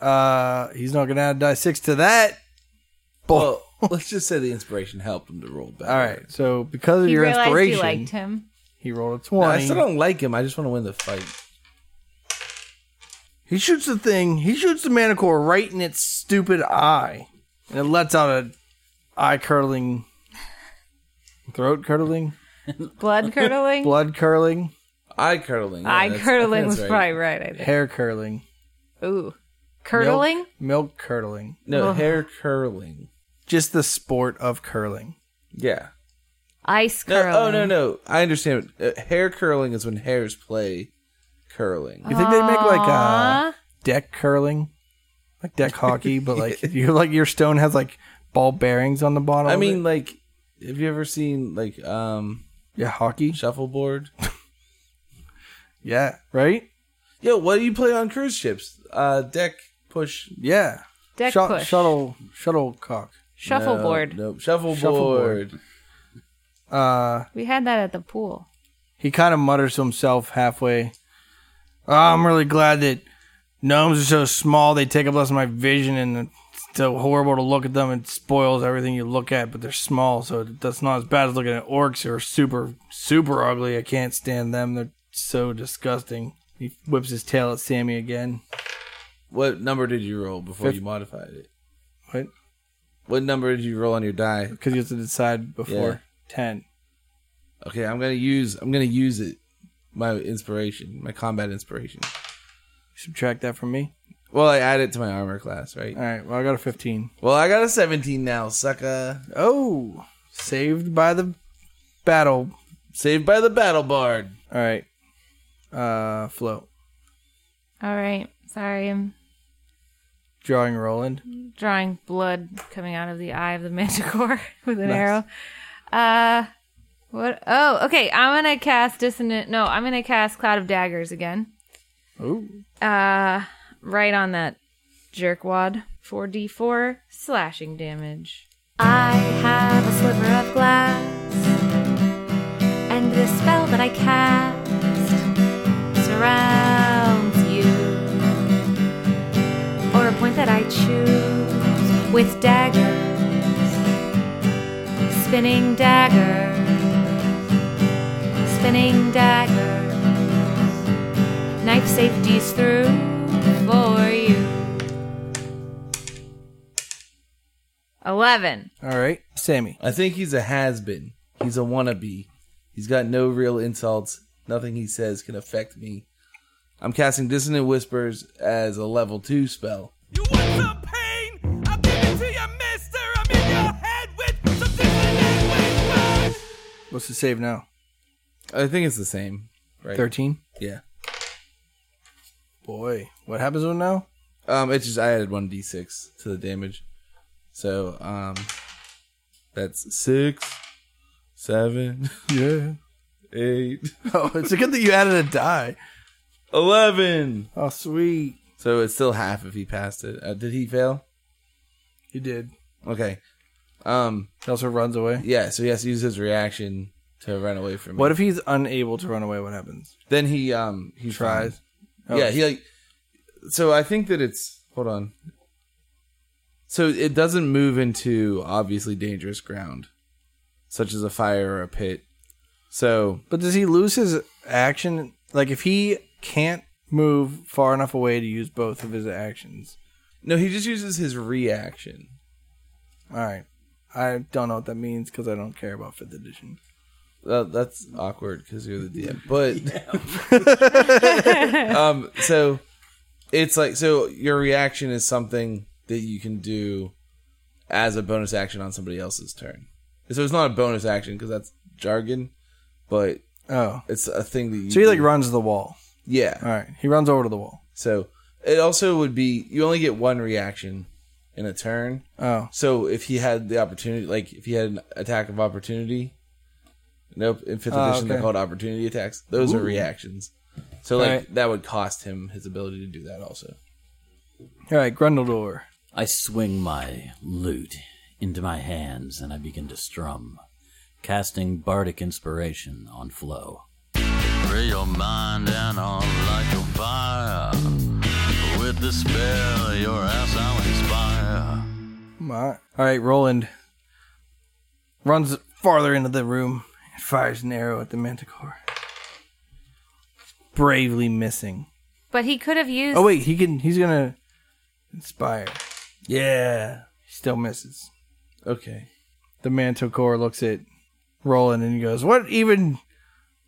Uh, he's not gonna add a die six to that.
Well, let's just say the inspiration helped him to roll back.
All right. So because of your
realized
inspiration,
you liked him.
he rolled a
No, I
twenty.
still don't like him. I just want to win the fight.
he shoots the thing. He shoots the manacore right in its stupid eye, and it lets out a eye curdling, throat curdling,
Blood curdling.
blood curdling,
Eye curdling. Yeah,
Eye
that's-
curdling
that's
was
right.
probably right. I think.
hair curdling,
Ooh,
milk-
curdling.
milk curdling.
No, hair curling.
Just the sport of curling.
Yeah.
Ice
No,
curling.
oh no no! I understand. Uh, hair curling is when hairs play curling.
You think they make like
Uh,
a deck curling, like deck hockey, but like you're like your stone has like ball bearings on the bottom.
I
of
mean,
it?
like, have you ever seen like um
yeah, hockey.
shuffleboard?
Yeah, right.
Yo, what do you play on cruise ships? Uh, deck push
Yeah,
Deck
Shut-
push.
shuttle shuttlecock.
Shuffleboard.
No, nope. shuffleboard.
Shuffleboard. Uh,
We had that at the pool.
he kind of mutters to himself halfway. "Oh, I'm really glad that gnomes are so small; they take up less of my vision, and it's so horrible to look at them. It spoils everything you look at. But they're small, so that's not as bad as looking at orcs who are super, super ugly. I can't stand them; they're so disgusting. He whips his tail at Sammy again.
What number did you roll before
Fif-
you modified it?
What?
What number did you roll on your die?
Because you have to decide before ten.
Okay, I'm gonna use. I'm gonna use it. My inspiration, my combat inspiration.
Subtract that from me.
Well, I add it to my armor class, right?
All right. Well, I got a fifteen.
Well, I got a 17 now, sucker.
Oh, saved by the battle.
Saved by the battle bard.
All right. Uh, float.
All right. Sorry, I'm
Drawing Roland.
drawing blood coming out of the eye of the manticore with an arrow. Uh, what? Oh, okay. I'm gonna cast dissonant. No, I'm gonna cast cloud of daggers again.
Oh,
Uh, right on that jerkwad. 4d4 slashing damage.
I have a sliver of glass, and the spell that I cast surrounds you, or a point that I choose with daggers, spinning daggers, spinning daggers, knife safety's through for you.
11.
all right. Sammy.
I think he's a has been. He's a wannabe. He's got no real insults. Nothing he says can affect me. I'm casting Dissonant Whispers as a level 2 spell.
You want some pain? I'll give it to you, mister. I'm in your head with some different language.
What's the save now?
I think it's the same. Right?
Thirteen.
Yeah.
Boy, what happens to him now?
Um, it's just I added 1d6 to the damage. So, um, that's 6, 7,
Yeah.
8,
Oh, it's a good that you added a die.
11.
Oh, sweet.
So it's still half if he passed it. Uh, did he fail?
He did.
Okay. Um,
He also runs away.
Yeah, so he has to use his reaction to run away from me.
What if he's unable to run away? What happens?
then he um he
Tries. Oh.
fine. Yeah, he like so I think that it's hold on. So it doesn't move into obviously dangerous ground, such as a fire or a pit. So
But does he lose his action? Like, if he can't move far enough away to use both of his actions.
no, he just uses his reaction.
All right. I don't know what that means because I don't care about fifth edition.
That, that's awkward because you're the DM. But um, so it's like so your reaction is something that you can do as a bonus action on somebody else's turn. So it's not a bonus action because that's jargon, but
Oh,
it's a thing that you
so he like
do.
runs to the wall.
yeah.
All right, he runs over to the wall.
So it also would be you only get one reaction in a turn.
Oh,
So if he had the opportunity, like if he had an attack of opportunity, nope. In fifth
Oh,
edition, they're
okay.
called opportunity attacks. Those are reactions. So like
Alright.
that would cost him his ability to do that also.
all right, Grundledor.
I swing my lute into my hands and I begin to strum, casting bardic inspiration on Flo.
Free your mind and on like a fire. With the spell, your ass I'll inspire.
All right, Roland runs farther into the room and fires an arrow at the manticore. Bravely missing.
But he could have used.
Oh wait, he can. He's gonna inspire. Yeah, still misses.
Okay.
The manticore looks at Roland and he goes, "What even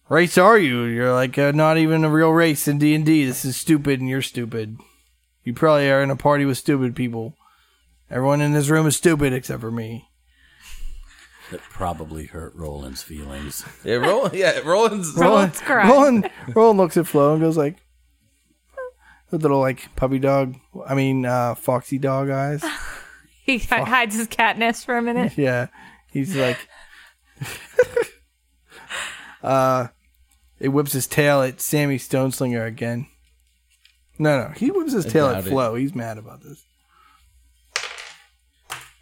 race are you? You're like uh, not even a real race in D and D. This is stupid, and you're stupid. You probably are in a party with stupid people. Everyone in this room is stupid except for me."
That probably hurt Roland's feelings.
Yeah, Roland. yeah, Roland's.
Roland's crying.
Roland, Roland looks at Flo and goes like, a little like puppy dog. I mean, uh, foxy dog eyes.
He hi- hides his cat nest for a minute.
Yeah, he's like, uh, it whips his tail at Sammy Stoneslinger again. No, no, he whips his tail at
doubt it.
Flo. He's mad about this.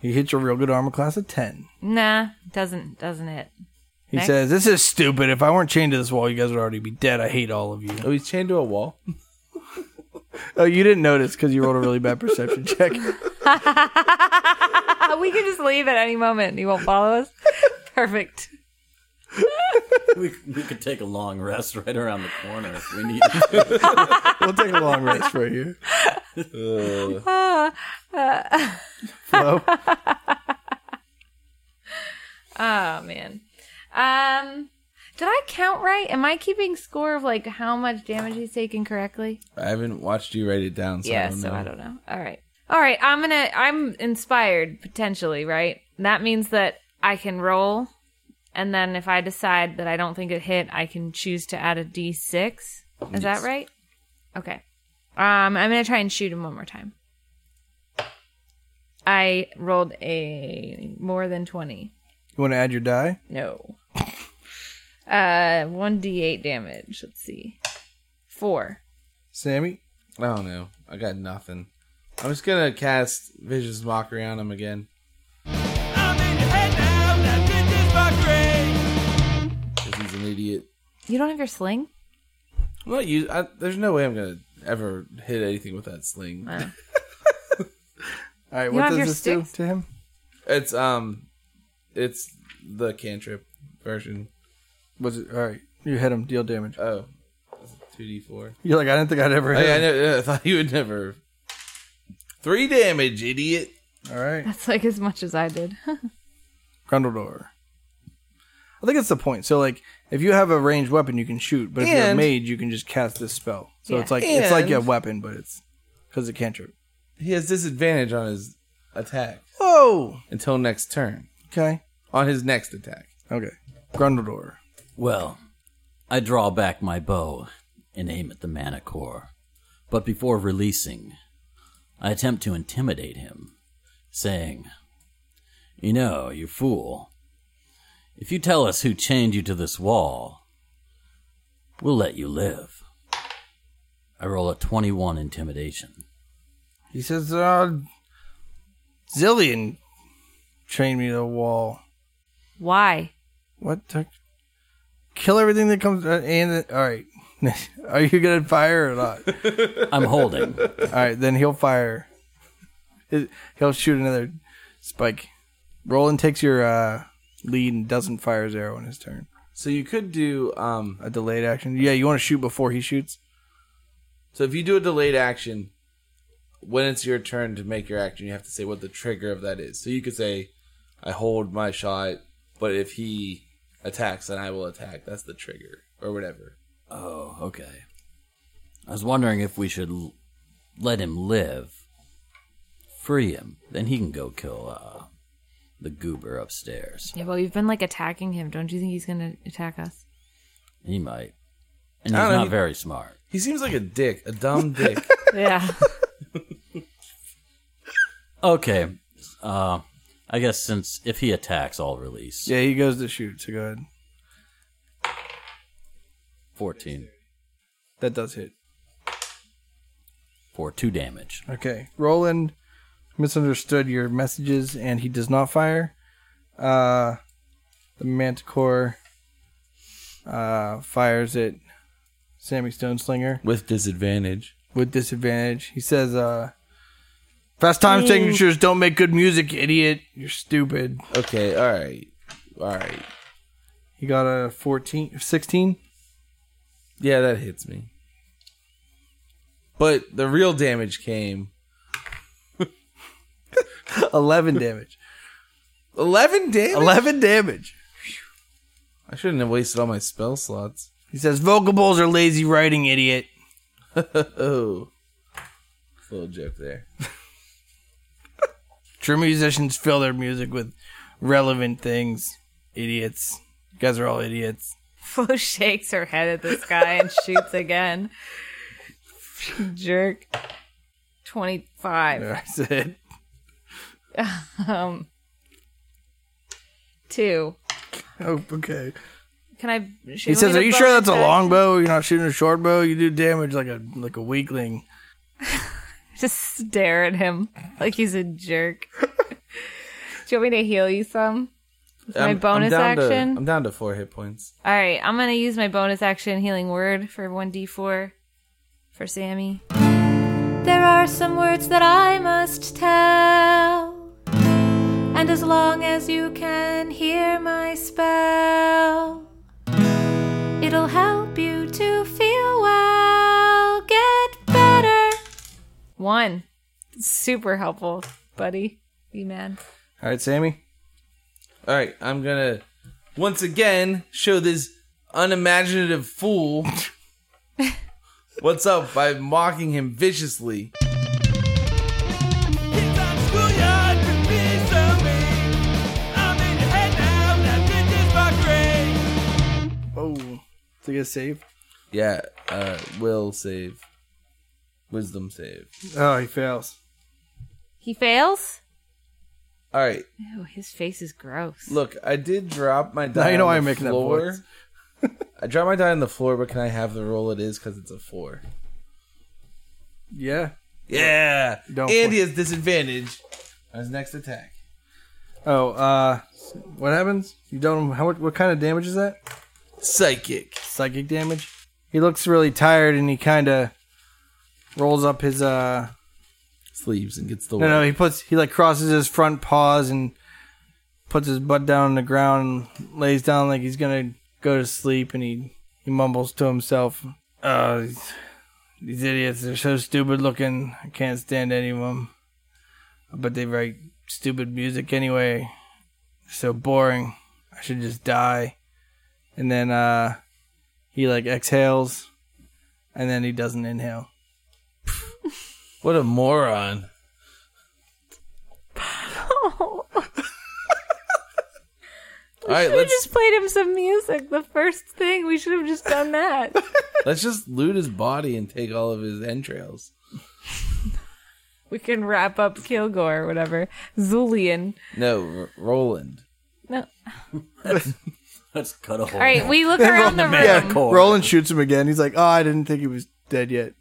He hits a real good armor class of ten.
Nah, doesn't doesn't it?
He
Next.
says, "This is stupid. If I weren't chained to this wall, you guys would already be dead. I hate all of you."
Oh, he's chained to a wall.
Oh, you didn't notice because you rolled a really bad perception check.
Uh, we can just leave at any moment. and He won't follow us. Perfect.
we, we could take a long rest right around the corner if we needed to.
We'll take a long rest for you. Flo,
Oh man. Um, did I count right? Am I keeping score of like how much damage he's taking correctly?
I haven't watched you write it down. So
yeah.
I don't
so
know.
I don't know. All right. All right. I'm gonna. I'm inspired potentially. Right. That means that I can roll, and then if I decide that I don't think it hit, I can choose to add a d6. Is that right? Okay. Um, I'm gonna try and shoot him one more time. I rolled a more than twenty.
you want to add your die?
No. Uh, one d eight damage. Let's see, four.
Sammy?
I don't know. I got nothing. I'm just gonna cast Vicious Mockery on him again.
I'm in your head now, that bitch is fuckery.
'cause he's an idiot.
You don't have your sling?
I'm not use. I, there's no way I'm gonna ever hit anything with that sling.
All right,
don't
what
have your
does this
sticks?
do to him?
It's um, it's the cantrip version.
Was it all right? You hit him, deal damage.
Oh, two d four.
You're like, I didn't think I'd ever
Oh,
I,
hit
I,
him.
know, I thought you would never. Three damage, idiot.
All right,
That's like as much as I did.
Grundledor. I think that's the point. So, like, if you have a ranged weapon, you can shoot, but if you're a
And-
mage, you can just cast this spell. So
Yeah.
it's like it's like a
And-
weapon, but it's because it can't trip.
He has disadvantage on his attack
Whoa.
until next turn.
Okay.
On his next attack.
Okay. Grundledor.
Well, I draw back my bow and aim at the manacore, but before releasing, I attempt to intimidate him, saying, You know, you fool, if you tell us who chained you to this wall, we'll let you live. I roll a 21 intimidation.
He says, uh, Zillion chained me to a wall.
Why?
What? the- Kill everything that comes. Uh, and all right, are you gonna fire or not? all
I'm holding.
right, then he'll fire. His- He'll shoot another spike. Roland takes your uh, lead and doesn't fire his arrow in his turn.
So you could do um.
A delayed action. Yeah, you want to shoot before he shoots.
So if you do a delayed action, when it's your turn to make your action, you have to say what the trigger of that is. So you could say, "I hold my shot," but if he attacks, then I will attack. That's the trigger or whatever.
Oh, okay. I was wondering if we should l- let him live, free him, then he can go kill uh, the goober upstairs.
Yeah, well, you've been like attacking him. Don't you think he's gonna attack us?
He might,
I
and he's
don't know,
not
he-
very smart.
He seems like a dick, a dumb dick.
Yeah.
Okay. Uh, I guess since if he attacks, I'll release.
Yeah, he goes to shoot. So go ahead.
14
That does hit.
for two damage.
Okay. Roland misunderstood your messages and he does not fire. Uh the manticore uh fires at Sammy Stoneslinger
with disadvantage.
with disadvantage. He says, uh Fast time signatures don't make good music, idiot. You're stupid.
Okay, all right, all right.
He got a 14, 16.
Yeah, that hits me. But the real damage came
11 damage.
eleven damage.
11 damage.
I shouldn't have wasted all my spell slots.
He says, vocables are lazy writing, idiot.
Oh, little joke there.
True musicians fill their music with relevant things. Idiots. You guys are all idiots.
Flo shakes her head at the sky and shoots again. Jerk. 25.
I said.
Um, two.
Oh, okay.
Can I? should
He
we
says,
do
"Are you sure
bonus
that's a
action?
long bow? You're not shooting a short bow. You do damage like a like a weakling."
Just stare at him like he's a jerk. Do you want me to heal you some? With my bonus
down to-
action.
I'm down to four hit points.
All right, I'm gonna use my bonus action healing word for 1d4 for Sammy.
There are some words that I must tell. And as long as you can hear my spell, it'll help you to feel well. Get better.
One, super helpful, buddy. You man.
All right, Sammy.
All right, I'm gonna once again show this unimaginative fool what's up by mocking him viciously.
Oh, did he get a save?
Yeah, uh, will save, wisdom save.
Oh, he fails.
He fails?
All right,
Oh,
Ew, his face is gross.
look, I did drop my die.
you know
on
why
the
I'm making that
floor.
voice.
I dropped my die on the floor, but can I have the roll it is because it's a four?
Yeah.
Yeah,
Don't
Andy has disadvantage on his next attack.
Oh, uh, what happens? You don't. How what, what kind of damage is that?
Psychic.
Psychic damage. He looks really tired, and he kind of rolls up his uh
Sleeves and gets the
No, no, he puts he like crosses his front paws and puts his butt down on the ground and lays down like he's gonna go to sleep and he he mumbles to himself, "Uh, these, these idiots, they're so stupid looking. I can't stand any of them. But they write stupid music anyway. so boring. I should just die." And then uh, he like exhales, and then he doesn't inhale.
What a moron.
Oh,
All right,
we
let's
just played him some music. The first thing we should have just done that.
let's just loot his body and take all of his entrails.
we can wrap up Kilgore or whatever. Zulian.
No, R- Roland.
No.
Let's cut a
All
hole.
right, we look around the room.
Roland shoots him again. He's like, "Oh, I didn't think he was dead yet."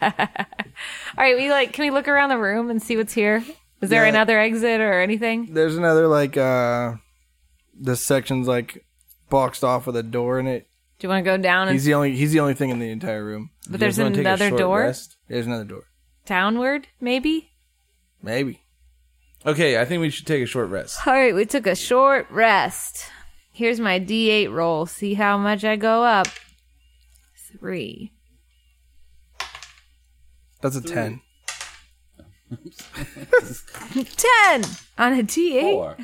All right, we like. Can we look around the room and see what's here? Is there
Yeah.
another exit or anything?
There's another like uh this section's like boxed off with a door in it.
Do you want to go down and?
He's the only he's the only thing in the entire room.
but there's another door
There's another door.
downward, maybe.
Maybe.
Okay, I think we should take a short rest.
All right, we took a short rest. Here's my D8 roll. See how much I go up. Three.
That's a ten.
Ten on a D8.
Four.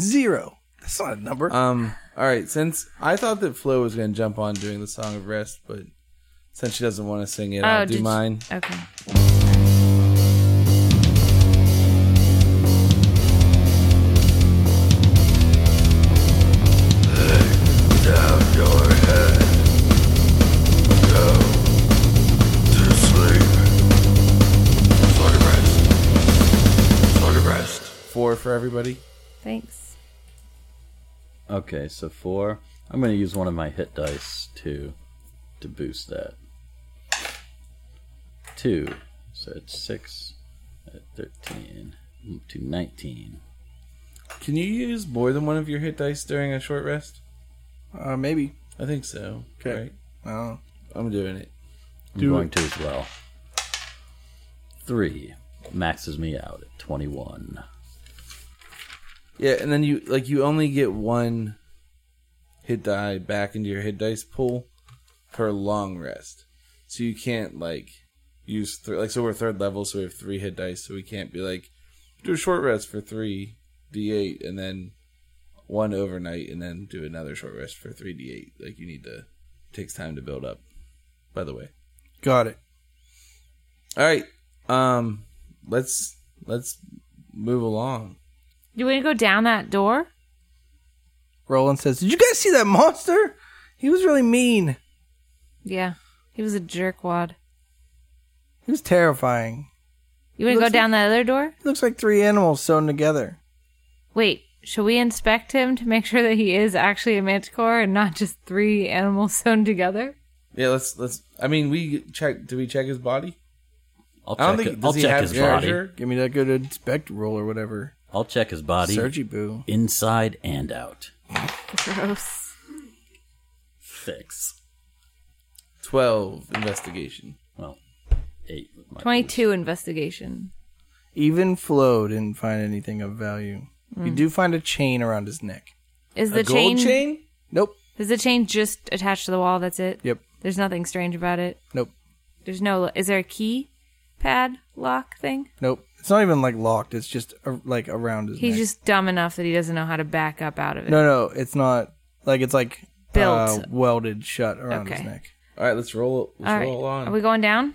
Zero. That's not a number.
Um. All right. Since I thought that Flo was going to jump on during the song of rest, but since she doesn't want to sing it, I'll do
Oh, did you-
mine.
Okay.
To sleep. It's like a rest.
four for everybody.
Thanks.
Okay, so four. I'm going to use one of my hit dice to to boost that. Two. So it's six at 13 mm, to 19.
Can you use more than one of your hit dice during a short rest?
Uh, maybe.
I think so.
Okay.
Right?
I don't know.
I'm doing it.
I'm going to as well. Three maxes me out at 21.
Yeah, and then you like you only get one hit die back into your hit dice pool per long rest, so you can't like use three. Like so, we're third level, so we have three hit dice, so we can't be like do a short rest for three d eight and then one overnight, and then do another short rest for three d eight. Like you need to takes time to build up. By the way,
Got it.
all right, um, let's let's move along.
You want to go down that door?
Roland says, Did you guys see that monster? He was really mean.
Yeah. He was a jerkwad.
He was terrifying.
You want to go down that other door?
He looks like three animals sewn together.
Wait, should we inspect him to make sure that he is actually a manticore and not just three animals sewn together?
Yeah, let's let's. I mean, we check. Did we check his body?
I'll
I don't
check,
think-
it-
does
I'll
he
check
have
his
your
body.
measure?
Give me that good inspect roll or whatever.
I'll check his body
Sergi Boo.
inside and out.
Gross.
Six.
Twelve investigation.
Well, eight. With my
22 investigation.
Even Flo didn't find anything of value. You do find a chain around his neck.
Is the
a gold chain?
Nope.
Is the chain just attached to the wall? That's it.
Yep.
There's nothing strange about it.
Nope.
There's no. Is there a key pad lock thing?
Nope. It's not even like locked. It's just uh, like around his
He's
neck.
just dumb enough that he doesn't know how to back up out of it.
No, no. It's not. Like it's like
Built.
uh, welded shut around
Okay.
his neck.
All right, let's roll. Let's
All right.
roll on.
Are we going down?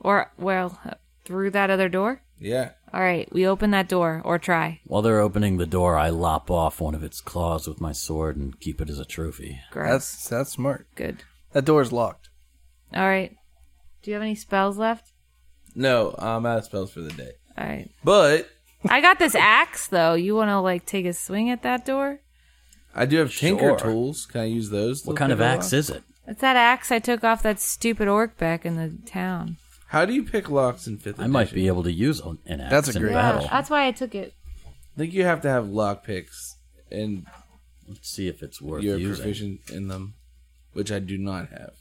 Or well, through that other door?
yeah.
All right, we open that door or try.
While they're opening the door, I lop off one of its claws with my sword and keep it as a trophy.
Gross.
That's that's smart.
good.
That door's locked.
All right. Do you have any spells left?
No, I'm out of spells for the day.
All right.
But
I got this axe though. You want to like take a swing at that door?
I do have tinker
Sure.
tools. Can I use those? to
What kind
pick
of
it
axe
up?
is it?
It's that axe I took off that stupid orc back in the town.
How do you pick locks in fifth?
I might
edition?
be able to use an an axe
That's a
in
great
battle.
That's why I took it.
I think you have to have lock picks, and
Let's see if it's worth
you're
using.
proficient in them, which I do not have.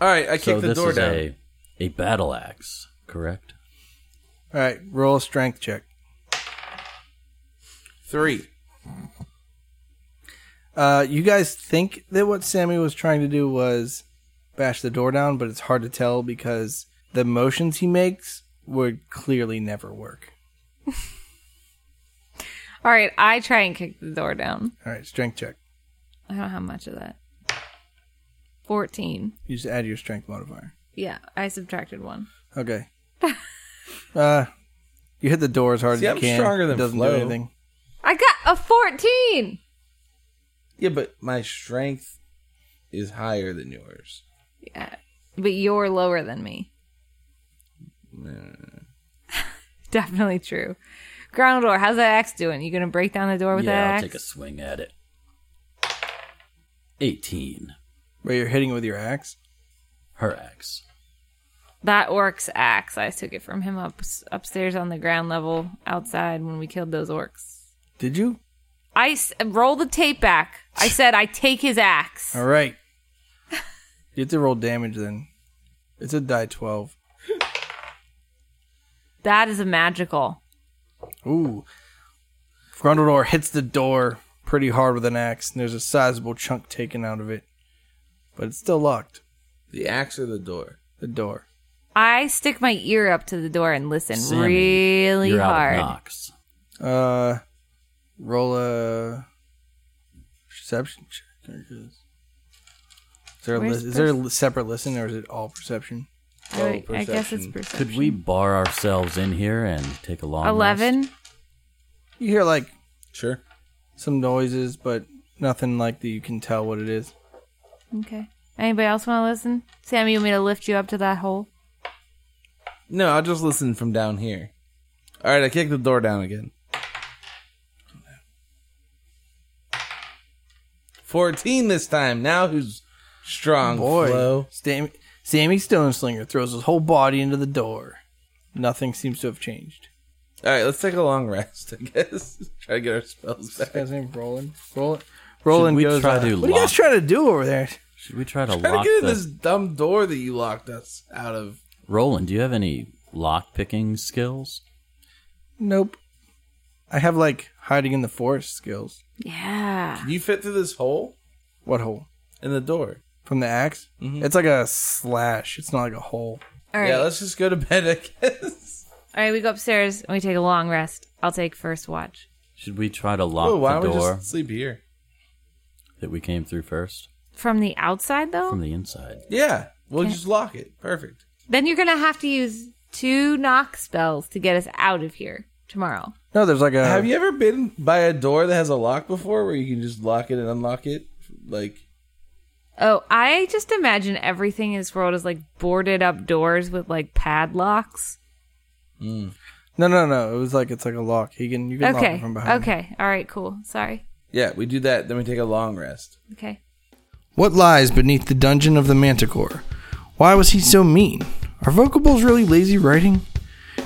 All right, I
so
kicked the
this
door
is
down.
a a battle axe, correct?
All right. Roll a strength check.
Three.
Uh, you guys think that what Sammy was trying to do was bash the door down, but it's hard to tell because the motions he makes would clearly never work.
All right, I try and kick the door down.
All right, strength check.
I don't have much of that. 14.
You just add your strength modifier.
Yeah, I subtracted one.
Okay. uh, you hit the door as hard
See,
as you
I'm
can.
stronger
it
than
doesn't
Flo.
do anything.
I got a 14!
Yeah, but my strength is higher than yours.
Yeah, but you're lower than me. Definitely true. Ground door, how's that axe doing? You gonna break down the door with
yeah,
that
I'll
axe?
take a swing at it. Eighteen.
Where you're hitting with your axe.
Her axe.
That orc's axe. I took it from him up upstairs on the ground level outside when we killed those orcs.
Did you?
I s- roll the tape back. I said I take his axe.
All right. you have to roll damage then. It's a die twelve.
That is a magical.
Ooh. Grundledor hits the door pretty hard with an axe, and there's a sizable chunk taken out of it. But it's still locked.
The axe or the door?
The door.
I stick my ear up to the door and listen
Sammy,
really
you're
hard.
Out of knocks.
Uh roll a perception check. There it goes. Is there, a
Where's
lis- is there a li- separate listen or is it all perception?
I, would- I guess it's
perception.
perception.
Could we bar ourselves in here and take a long rest?
Eleven.
You hear like
Sure.
some noises, but nothing like that you can tell what it is.
Okay. Anybody else want to listen? Sammy, you want me to lift you up to that hole?
No, I'll just listen from down here. All right, I kicked the door down again. 14 this time. Now who's strong?
Boy,
Flo?
Sammy, Sammy Stoneslinger throws his whole body into the door. Nothing seems to have changed.
All right, let's take a long rest, I guess. Try to get our spells
This
back.
guy's name Roland. Roland. Roland
we
goes.
try
uh,
to
what are you
lock-
guys trying to do over there?
Should we try to
Try to
lock
get in
the...
this dumb door that you locked us out of.
Roland, do you have any lock picking skills?
Nope. I have like hiding in the forest skills.
Yeah.
You fit through this hole
What hole?
in the door.
From the ax It's like a slash. It's not like a hole.
All right.
Yeah, let's just go to bed, I guess.
All right. We go upstairs and we take a long rest. I'll take first watch.
Should we try to lock
Oh, why
the
don't we
door
just sleep here?
that we came through first
From the outside, though,
from the inside?
Yeah, we'll just lock it. Perfect.
then you're gonna have to use two knock spells to get us out of here tomorrow.
No, there's like a.
Have you ever been by a door that has a lock before where you can just lock it and unlock it? Like,
Oh, I just imagine everything in this world is like boarded up doors with like padlocks.
No, no, no. It was like it's like a lock. He can you can lock it
Okay.
from behind.
Okay. All right. Cool. Sorry.
yeah, we do that, then we take a long rest.
Okay.
What lies beneath the dungeon of the Manticore? Why was he so mean? Are vocables really lazy writing?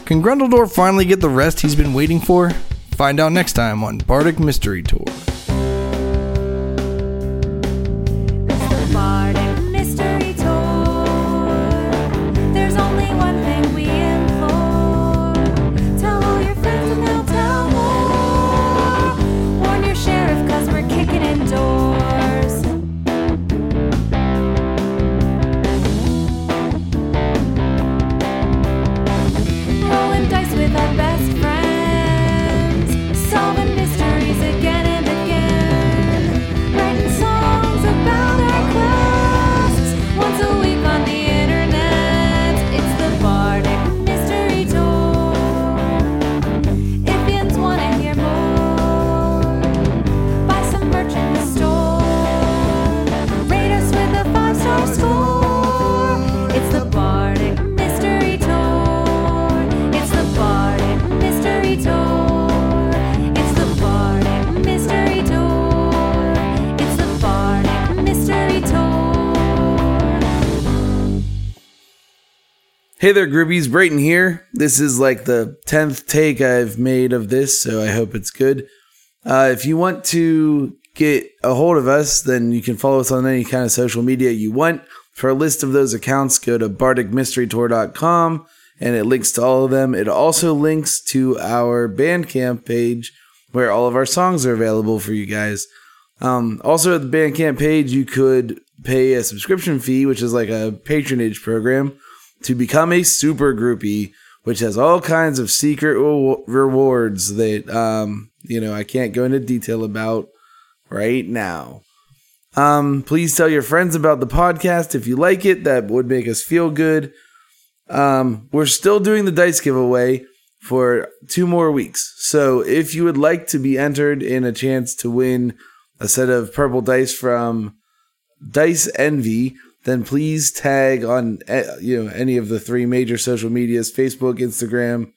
Can Grundledor finally get the rest he's been waiting for? Find out next time on Bardic Mystery Tour.
the Bardic Mystery Tour. There's only one thing we implore. Tell all your friends and they'll tell more. Warn your sheriff cause we're kicking in doors. Rolling dice with our best friends. Solving mysteries again and again writing songs about our quests. Once a week on the internet, it's the Bardic Mystery Tour. If yins want to hear more, buy some merch in the store. Rate us with a five star score. It's the Bardic Mystery Tour. It's the Bardic Mystery Tour. It's the Bardic Mystery Tour. It's the Bardic Mystery Tour.
Hey there, groupies. Brayton here. This is like the 10th take I've made of this, so I hope it's good. Uh, if you want to get a hold of us, then you can follow us on any kind of social media you want. For a list of those accounts, go to bardicmysterytour.com and it links to all of them. It also links to our Bandcamp page where all of our songs are available for you guys. Um, also, at the Bandcamp page, you could pay a subscription fee, which is like a patronage program, to become a super groupie, which has all kinds of secret rewa- rewards that, um, you know, I can't go into detail about right now. Um, please tell your friends about the podcast if you like it. That would make us feel good. Um, we're still doing the dice giveaway for two more weeks. So if you would like to be entered in a chance to win a set of purple dice from Dice Envy, then please tag on eh, you know any of the three major social medias: Facebook, Instagram,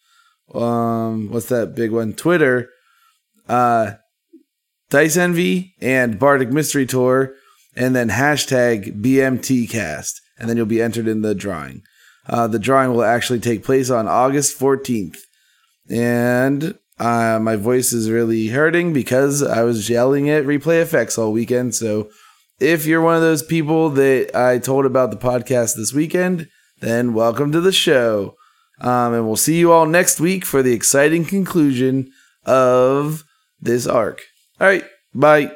um, what's that big one? Twitter, uh, Dice Envy, and Bardic Mystery Tour, and then hashtag BMTcast, and then you'll be entered in the drawing. Uh, the drawing will actually take place on August 14th. And uh, my voice is really hurting because I was yelling at replay effects all weekend. So if you're one of those people that I told about the podcast this weekend, then welcome to the show. Um, and we'll see you all next week for the exciting conclusion of this arc. All right. Bye.